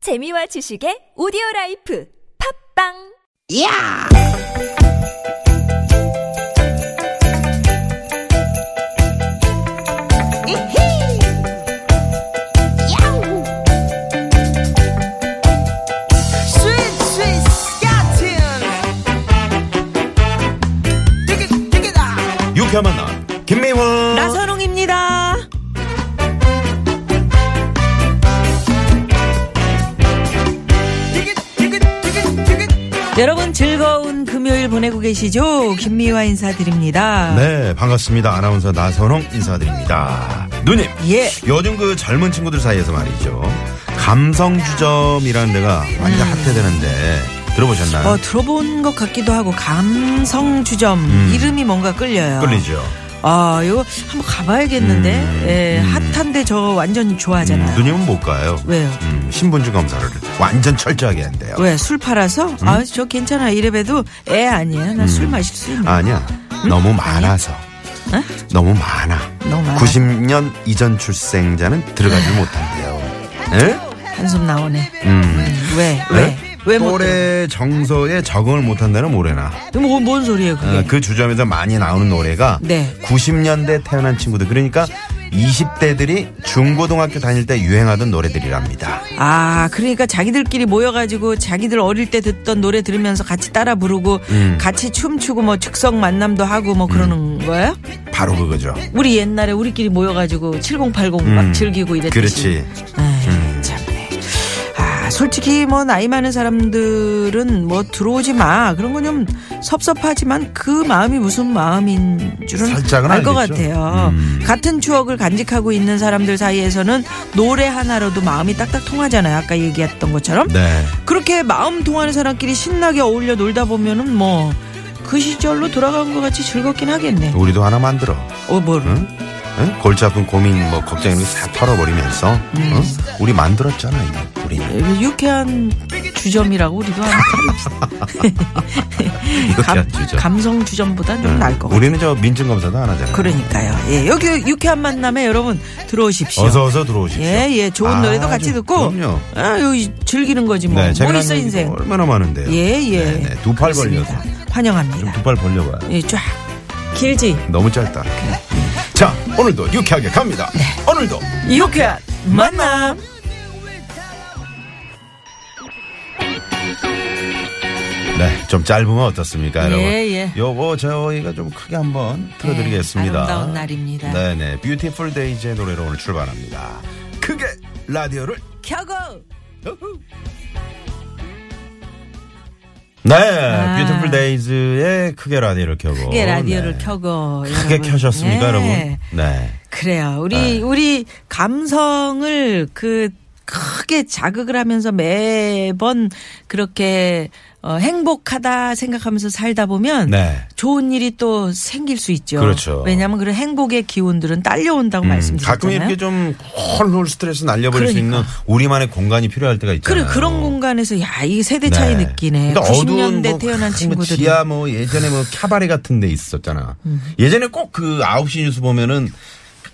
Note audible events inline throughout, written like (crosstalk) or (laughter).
재미와 지식의 오디오 라이프 팝빵! 야! 이히! 야우! 스윗 스윗 스캇틴! 다 유쾌한 만남 김미화 나선홍입니다. 여러분 즐거운 금요일 보내고 계시죠? 김미화 인사드립니다. 네 반갑습니다 아나운서 나선홍 인사드립니다 누님 예. 요즘 그 젊은 친구들 사이에서 말이죠 감성주점이라는 데가 많이 음. 핫해되는데 들어보셨나요? 어, 들어본 것 같기도 하고 감성 주점 이름이 뭔가 끌려요. 음. 끌리죠 아, 이거 한번 가봐야겠는데. 음. 예, 음. 핫한데 저 완전 음, 좋아하잖아요. 누님은 못 가요 네. 왜요? 음, 신분증 검사를 완전 철저하게 한대요 왜 술 팔아서? 음. 아, 저 괜찮아. 이래봬도 애 아니야. 나 술 마실 수 있는. 아니야 너무 많아서 너무 많아 너무 많아. 아. 90년 이전 출생자는 들어가질 못한대요 예? 한숨 나오네. 음. 네? 왜? 왜? 네. 왜 못? 또래 정서에 적응을 못한다는 모래나 뭐, 뭔 소리예요, 그게? 어, 그 주점에서 많이 나오는 노래가 네. 90년대 태어난 친구들 그러니까 20대들이 중고등학교 다닐 때 유행하던 노래들이랍니다. 아, 그러니까 자기들끼리 모여가지고 자기들 어릴 때 듣던 노래 들으면서 같이 따라 부르고 음. 같이 춤추고 뭐 즉석 만남도 하고 뭐 그러는 거예요? 바로 그거죠. 우리 옛날에 우리끼리 모여가지고 7080막 음. 즐기고 이랬듯이. 그렇지. 에이, 네. 음. 참네. 아, 솔직히 뭐 나이 많은 사람들은 뭐 들어오지 마 그런 건 좀 섭섭하지만 그 마음이 무슨 마음인 줄은 살짝은 알 것 알겠죠. 같아요. 음. 같은 추억을 간직하고 있는 사람들 사이에서는 노래 하나로도 마음이 딱딱 통하잖아요. 아까 얘기했던 것처럼 네. 그렇게 마음 통하는 사람끼리 신나게 어울려 놀다 보면은 뭐 그 시절로 돌아간 것 같이 즐겁긴 하겠네. 우리도 하나 만들어. 어, 뭘? 응? 응? 골치 아픈 고민 뭐 걱정 이런 거싹 털어버리면서 음. 응? 우리 만들었잖아 이거 우리는. 유쾌한 주점이라고 우리도 하는 (laughs) 유쾌한 주점. 감성 주점보다 좀 응. 나을 음, 것 같아요. 우리는 저 민증 검사도 안 하잖아요. 그러니까요. 예, 여기 유쾌한 만남에 여러분 들어오십시오. 어서 어서 들어오십시오. 예, 예, 좋은 아, 노래도 같이 아주- 듣고, 그럼요. 아, 여기 즐기는 거지 뭐. 네, 뭐 재미난 있어 얘기도 인생. 얼마나 많은데요. 예, 예. 네, 네. 두팔 그렇습니다. 벌려서. 좀 환영합니다. 두 팔 벌려봐요. 예, 쫙 길지. 너무 짧다. 자, 오늘도 유쾌하게 갑니다. 네. 오늘도 유쾌한 만남. 네, 좀 짧으면 어떻습니까, 예, 여러분? 예. 요거 저희가 좀 크게 한번 틀어드리겠습니다. 예, 아름다운 날입니다. 네네, 뷰티풀 데이즈의 노래로 오늘 출발합니다. 크게 라디오를. 켜고. 네, 아. 뷰티풀 데이즈의 크게 라디오를 켜고. 크게 라디오를 네. 켜고. 크게 여러분. 켜셨습니까, 예. 여러분? 네. 그래요. 우리 네. 우리 감성을 그 크게 자극을 하면서 매번 그렇게 어, 행복하다 생각하면서 살다 보면 네. 좋은 일이 또 생길 수 있죠. 그렇죠. 음, 왜냐하면 그런 행복의 기운들은 딸려온다고 말씀드렸잖아요. 가끔 이렇게 좀 홀홀 스트레스 날려버릴 수 그러니까. 있는 우리만의 공간이 필요할 때가 그래 있잖아요. 그런 공간에서 야이 세대 차이 느끼네. 90년대 태어난 친구들이 지하 뭐 예전에 뭐 캬바레 같은 데 있었잖아. 음. 예전에 꼭 그 9시 뉴스 보면은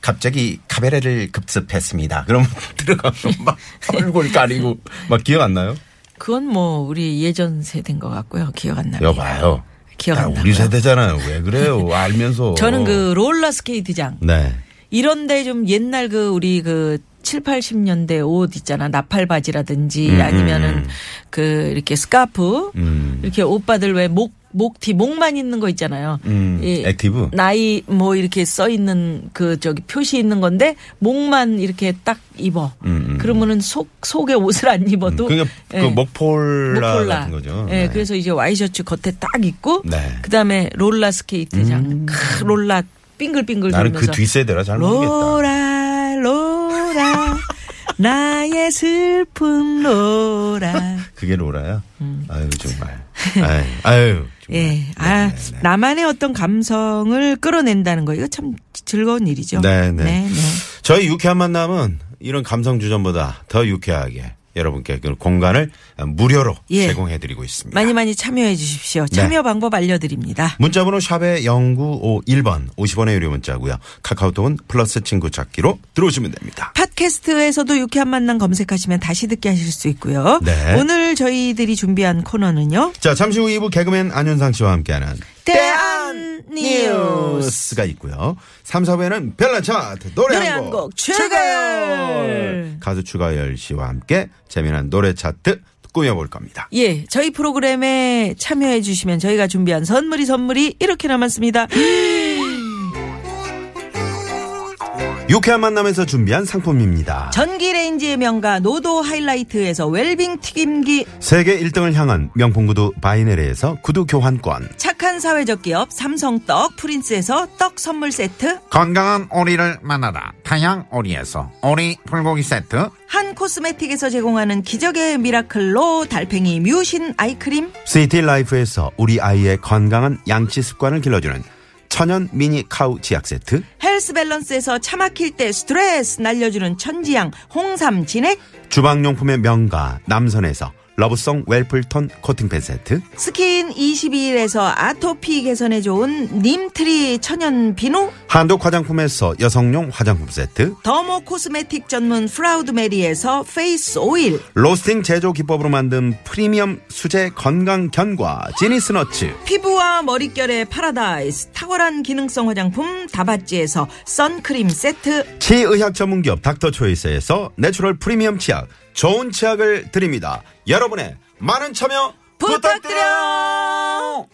갑자기 카베레를 급습했습니다. 그럼 들어가면 (laughs) 막 얼굴 가리고 막 기억 안 나요? 그건 뭐 우리 예전 세대인 것 같고요. 기억 안 나요. 여봐요. 기억 다 안 나. 우리 세대잖아요. 왜 그래요? 알면서. 저는 그 롤러 스케이트장 네. 이런데 좀 옛날 그 우리 그 7, 80년대 옷 있잖아. 나팔 바지라든지 아니면은 그 이렇게 스카프 음. 이렇게 오빠들 왜 목 목티 목만 있는 거 있잖아요. 음, 이 액티브? 나이 뭐 이렇게 써 있는 그 저기 표시 있는 건데 목만 이렇게 딱 입어. 음, 그러면은 속 속에 옷을 안 입어도 그게 그 예. 먹폴라, 목폴라. 같은 거죠. 예, 네. 그래서 이제 와이셔츠 겉에 딱 입고 네. 음. 그다음에 롤라 스케이트장 크, 롤라 빙글빙글 나는 돌면서 그 뒷세대라 잘 모르겠다. 로라 (laughs) 로라 나의 슬픈 로라 그게 로라야? 아유, 정말. 아유, 아유, 정말. 예. 아, 네, 네, 네. 나만의 어떤 감성을 끌어낸다는 거 이거 참 즐거운 일이죠. 네, 네. 네, 네. 저희 유쾌한 만남은 이런 감성 주전보다 더 유쾌하게 여러분께 그 공간을 무료로 예. 제공해드리고 있습니다. 많이 많이 참여해 주십시오. 네. 참여 방법 알려드립니다. 문자번호 샵의 0951번 50원의 유료 문자고요. 카카오톡은 플러스 친구 찾기로 들어오시면 됩니다. 팟캐스트에서도 유쾌한 만남 검색하시면 다시 듣게 하실 수 있고요. 네. 오늘 저희들이 준비한 코너는요. 자 잠시 후 2부 개그맨 안윤상 씨와 함께하는 대한 뉴스. 뉴스가 있고요. 3, 4부에는 별난 차트 노래, 노래 한곡한곡 추가열. 가수 추가열 씨와 함께 재미난 노래 차트 꾸며볼 겁니다. 예, 저희 프로그램에 참여해 주시면 저희가 준비한 선물이 선물이 이렇게 남았습니다. (gasps) 유쾌한 만남에서 준비한 상품입니다. 전기레인지의 명가 노도 하이라이트에서 웰빙 튀김기 세계 1등을 향한 명품 구두 바이네리에서 구두 교환권 착한 사회적 기업 삼성떡 프린스에서 떡 선물 세트 건강한 오리를 만나다 타양 오리에서 오리 불고기 세트 한 코스메틱에서 제공하는 기적의 미라클로 달팽이 뮤신 아이크림 시티 라이프에서 우리 아이의 건강한 양치 습관을 길러주는 천연 미니 카우 치약 세트 헬스 밸런스에서 차 막힐 때 스트레스 날려주는 천지양 홍삼 진액 주방용품의 명가 남선에서 러브송 웰플톤 코팅팬 세트 스킨 22일에서 아토피 개선에 좋은 님트리 천연 비누 한독 화장품에서 여성용 화장품 세트 더모 코스메틱 전문 프라우드 메리에서 페이스 오일 로스팅 제조 기법으로 만든 프리미엄 수제 건강 견과 지니스너츠 피부와 머릿결의 파라다이스 탁월한 기능성 화장품 다바찌에서 선크림 세트 치의학 전문기업 닥터초이스에서 내추럴 프리미엄 치약 좋은 치약을 드립니다 여러분의 많은 참여 부탁드려요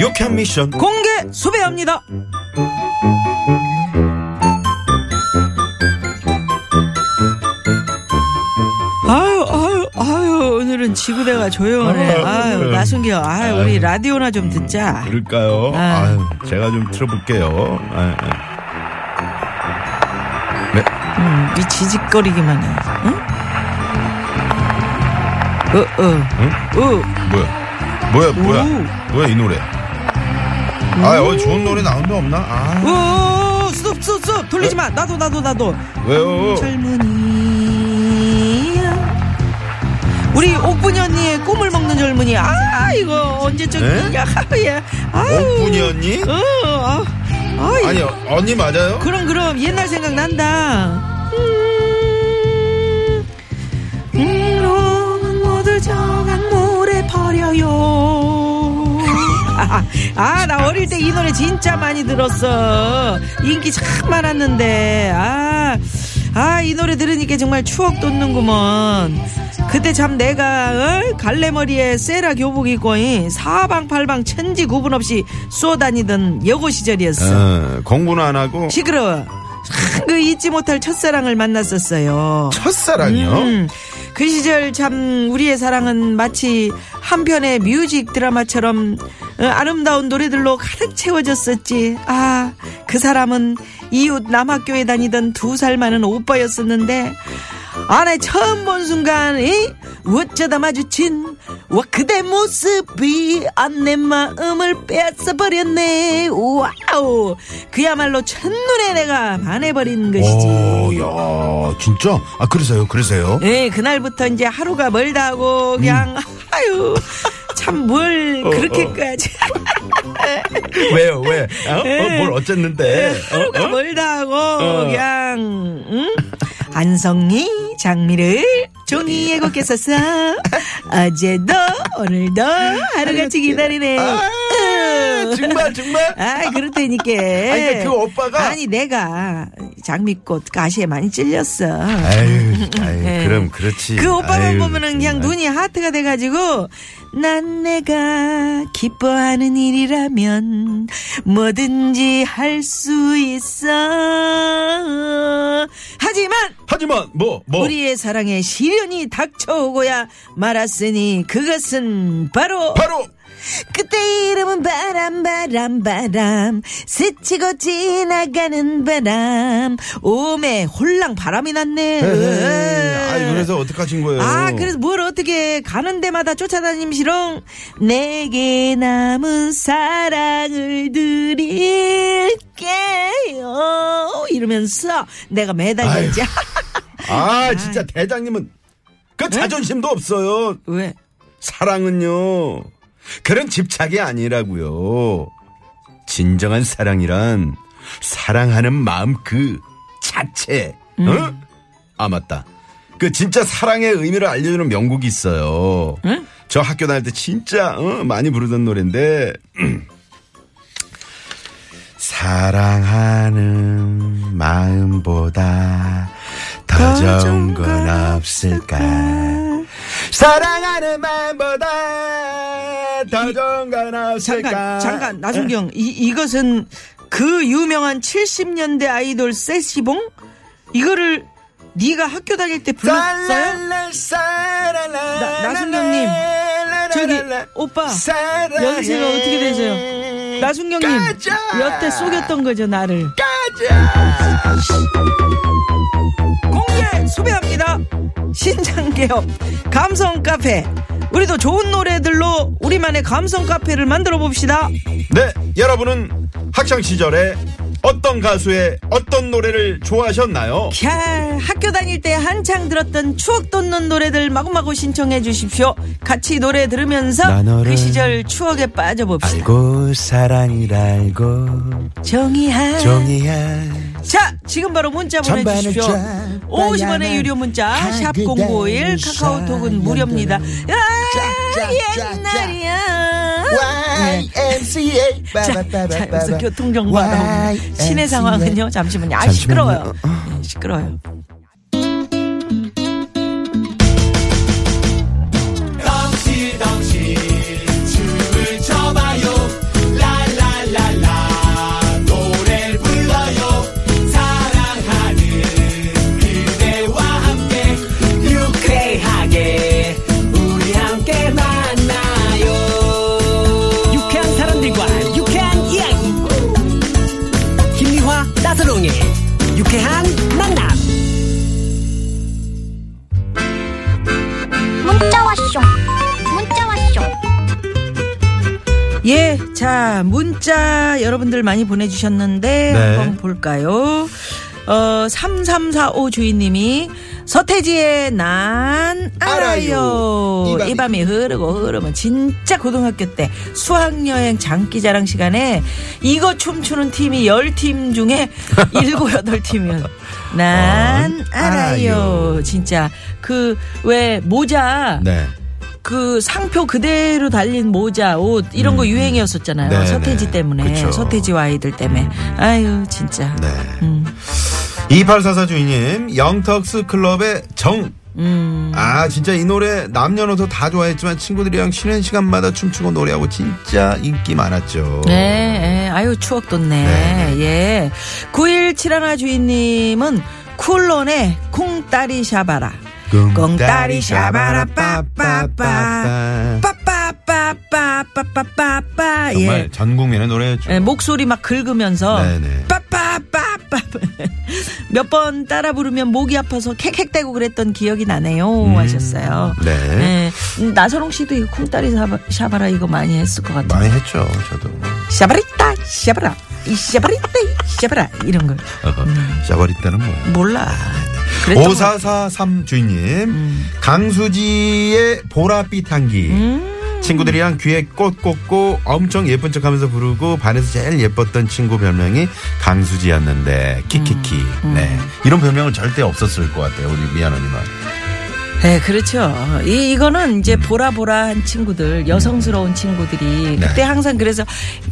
유캔 미션 공개 수배합니다. 아유 아유 아유 오늘은 지구대가 조용하네. 아유 나순기야, 아유 우리 라디오나 좀 듣자. 그럴까요? 아유. 아유, 제가 좀 틀어볼게요. 네, 아유, 아유. 음, 이 지직거리기만 해. 응? 어, 어. 어. 뭐야? 뭐야, 뭐야? 오. 뭐야, 이 노래? 아, 어, 좋은 노래 나온 데 없나? 아, 오, 어, 스톱, 스톱, 스톱. 돌리지 마. 나도, 나도, 나도. 왜요? 젊은이. 우리 옥분이 언니의 꿈을 먹는 젊은이. 아, 이거 에? 언제적이냐. 예. 아유. 네? 옥분이 언니? 어, 아, 아이. 아니, 언니 맞아요? 그럼, 그럼. 옛날 생각 난다. 음, 이름은 음, 모두 저강 물에 버려요. 아, 아, 나 어릴 때 이 노래 진짜 많이 들었어. 인기 참 많았는데, 아, 아, 이 노래 들으니까 정말 추억 돋는구먼. 그때 참 내가, 어? 갈래머리에 세라 교복 입고, 이 사방팔방 천지 구분 없이 쏘다니던 여고 시절이었어. 어, 공부는 안 하고. 시끄러워. 참그 잊지 못할 첫사랑을 만났었어요. 첫사랑이요? 음, 그 시절 참 우리의 사랑은 마치 한 편의 뮤직 드라마처럼 어, 아름다운 노래들로 가득 채워졌었지. 아, 그 사람은 이웃 남학교에 다니던 두 살 많은 오빠였었는데 아내 처음 본 순간 이 어쩌다 마주친 와 그대 모습이 안내 마음을 뺏어 버렸네. 와우, 그야말로 첫눈에 내가 반해버린 것이지. 오, 어, 야, 진짜? 아, 그러세요, (laughs) 그러세요? 예, 그날부터 이제 하루가 멀다 하고 그냥 음. 아유 참 뭘 (laughs) 어, 그렇게까지 왜요, 왜? 어? 네. 어, 뭘 어쨌는데? 어. 하루가 멀다 하고 그냥 응? 안성이 장미를 종이에 곱게 썼어 어제도 오늘도 하루같이 기다리네. 아, 으. 정말, 정말? 아, 그렇다니까. 그러니까 그 오빠가- 아니 내가 장미꽃 가시에 많이 찔렸어. 아유, 아유, 예. 그럼 그렇지. 그 오빠만 아유, 보면은 그냥 정말. 눈이 하트가 돼가지고 난 내가 기뻐하는 일이라면 뭐든지 할 수 있어 하지만 하지만, 뭐, 뭐. 우리의 사랑에 시련이 닥쳐오고야 말았으니 그것은 바로 바로! 그때 그때 이름은 바람 바람 바람 스치고 지나가는 바람 오메 홀랑 바람이 났네 아 그래서 어떡 하신 거예요? 아, 그래서 뭘 어떻게 해. 가는 데마다 쫓아다니시렁 내게 남은 사랑을 드릴게요 이러면서 내가 매달렸지 (laughs) 아, 진짜 대장님은 그 자존심도 없어요. 왜 사랑은요. 그런 집착이 아니라고요. 진정한 사랑이란 사랑하는 마음 그 자체. 응? 아 맞다. 그 진짜 사랑의 의미를 알려주는 명곡이 있어요. 저 학교 다닐 때 진짜 어, 많이 부르던 노래인데 (clears throat) 사랑하는 마음보다 더 좋은 건 없을까? 사랑하는 마음보다 더 좋은 건 없을까? 잠깐 잠깐 나순경 이 이것은 그 유명한 70년대 아이돌 세시봉 이거를 네가 학교 다닐 때 불렀어요? 나- 나, 나순경님, 저기 오빠 연세가 어떻게 되세요? 나순경님 여태 속였던 거죠 나를 공개 수배합니다 신장개업 감성 카페 우리도 좋은 노래들로 우리만의 감성 카페를 만들어 봅시다 네, 여러분은 학창 시절에 어떤 가수의 어떤 노래를 좋아하셨나요? 캬 학교 다닐 때 한창 들었던 추억 돋는 노래들 마구마구 신청해 주십시오 같이 노래 들으면서 나 너를 그 시절 추억에 빠져봅시다 알고 사랑이라 알고 정이한 종이야 자 지금 바로 문자 전반을 보내주십시오 쫙 50원의 유료 문자 하늘에 샵051 카카오톡은 무료입니다 쫙, 쫙, 아 쫙. 옛날이야 YMCA 예. 자, 자 여기서 빠바바바바. 교통정보 나오니 시내 YMCA. 상황은요 잠시만요 아 시끄러워요 네, 시끄러워요 유쾌하게 우리 함께 만나요 유쾌한 사람들과 유쾌한 이야기 김미화 나서롱의 유쾌한 만남 문자 왔쇼 문자 왔쇼 예, 자, 문자 여러분들 많이 보내주셨는데 한번 볼까요? 어, 3345 주인님이 서태지의 난 알아요. 알아요. 이 밤이 흐르고 흐르면 진짜 고등학교 때 수학여행 장기자랑 시간에 이거 춤추는 팀이 10팀 (laughs) 중에 7, 8팀이요. 난 어, 알아요. 알아요. 진짜. 그 왜 모자 네. 그 상표 그대로 달린 모자 옷 이런 거 유행이었었잖아요. 음. 네, 서태지 네. 때문에 그쵸. 음. 서태지와 아이들 때문에 아유 진짜 네. 음. 2844 주인님, 영턱스 클럽의 정. 음. 아, 진짜 이 노래 남녀노소 다 좋아했지만 친구들이랑 쉬는 시간마다 춤추고 노래하고 진짜 인기 많았죠. 네, 예, 아유 추억 돋네. 예, 9171 주인님은 쿨론의 콩따리 샤바라. 콩따리 샤바라 빠빠빠 빠빠빠빠빠빠빠 정말 예. 전 국민의 노래였죠. 예, 목소리 막 긁으면서 네네. 빠빠빠빠 몇 번 따라 부르면 목이 아파서 캑캑대고 그랬던 기억이 나네요 하셨어요. 음. 네. 네. 나선홍 씨도 이거 콩다리 샤바- 샤바라 이거 많이 했을 것 같아요. 많이 했죠, 저도. 샤바리따 샤바라 이 샤바리따 이 샤바라 이런 걸 음. (laughs) 샤버리 때는 뭐야? 몰라. 그랬던 것 같아요. 음. 5443 주인님, 강수지의 보랏빛 향기. 음. 친구들이랑 귀에 꽃 꽂고 엄청 예쁜 척 하면서 부르고 반에서 제일 예뻤던 친구 별명이 강수지였는데, 키키키. 음. 네. 이런 별명은 절대 없었을 것 같아요, 우리 미아노님은. 네, 그렇죠. 이, 이거는 이제 보라보라한 친구들, 여성스러운 친구들이 네. 그때 항상 그래서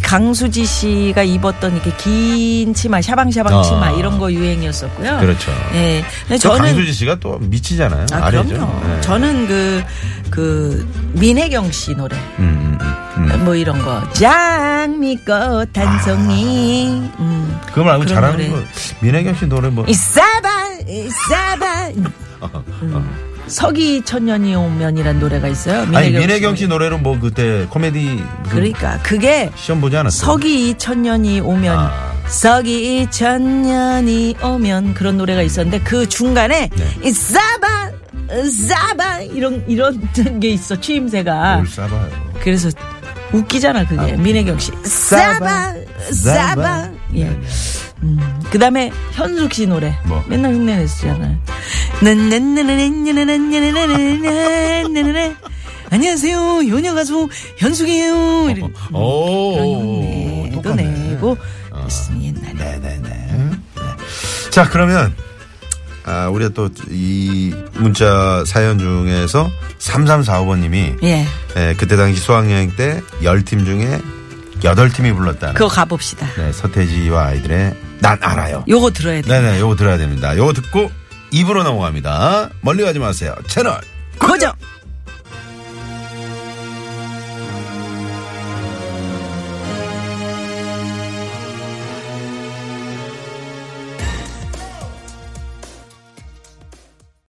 강수지 씨가 입었던 이렇게 긴 치마, 샤방샤방 아. 치마 이런 거 유행이었었고요. 그렇죠. 예. 근데 저 저는 강수지 씨가 또 미치잖아요. 아, 아래죠. 그럼요. 네. 저는 그, 그, 민혜경 씨 노래. 음, 음, 음, 음. 뭐 이런 거. 장미꽃 한 송이. 아. 음. 그거 말고 그런 잘하는 노래. 거, 민혜경 씨 노래 뭐. 어. 이사바, 이사바. 음. 서기 천년이 오면이란 노래가 있어요. 아니 민혜경 민혜경 씨. 씨 노래로 뭐 그때 코미디 무슨 그러니까 그게 시험 보지 않았어요? 서기 이천년이 오면 아. 서기 이천년이 오면 그런 노래가 있었는데 그 중간에 네. 이 싸바 싸바 이런 이런 게 있어 추임새가 뭘 싸봐요. 그래서 웃기잖아 그게 민혜경 씨 싸바 싸바 예 네. 그다음에 현숙 씨 노래 뭐? 맨날 흉내냈잖아요. 난 안녕하세요 요녀 가수 현숙이에요. 이런 네, 오, 흉내도 내고 그랬으니 옛날에 네네네. 자, 그러면, 아, 우리가 또 이 문자 사연 중에서 3345번님이 예 그때 당시 수학여행 때 10팀 중에 8팀이 불렀다는 그거 가봅시다. 네, 서태지와 아이들의 난 알아요. 요거 들어야 돼. 네네, 요거 들어야 됩니다. 요거 듣고 입으로 넘어갑니다. 멀리 가지 마세요. 채널 고정.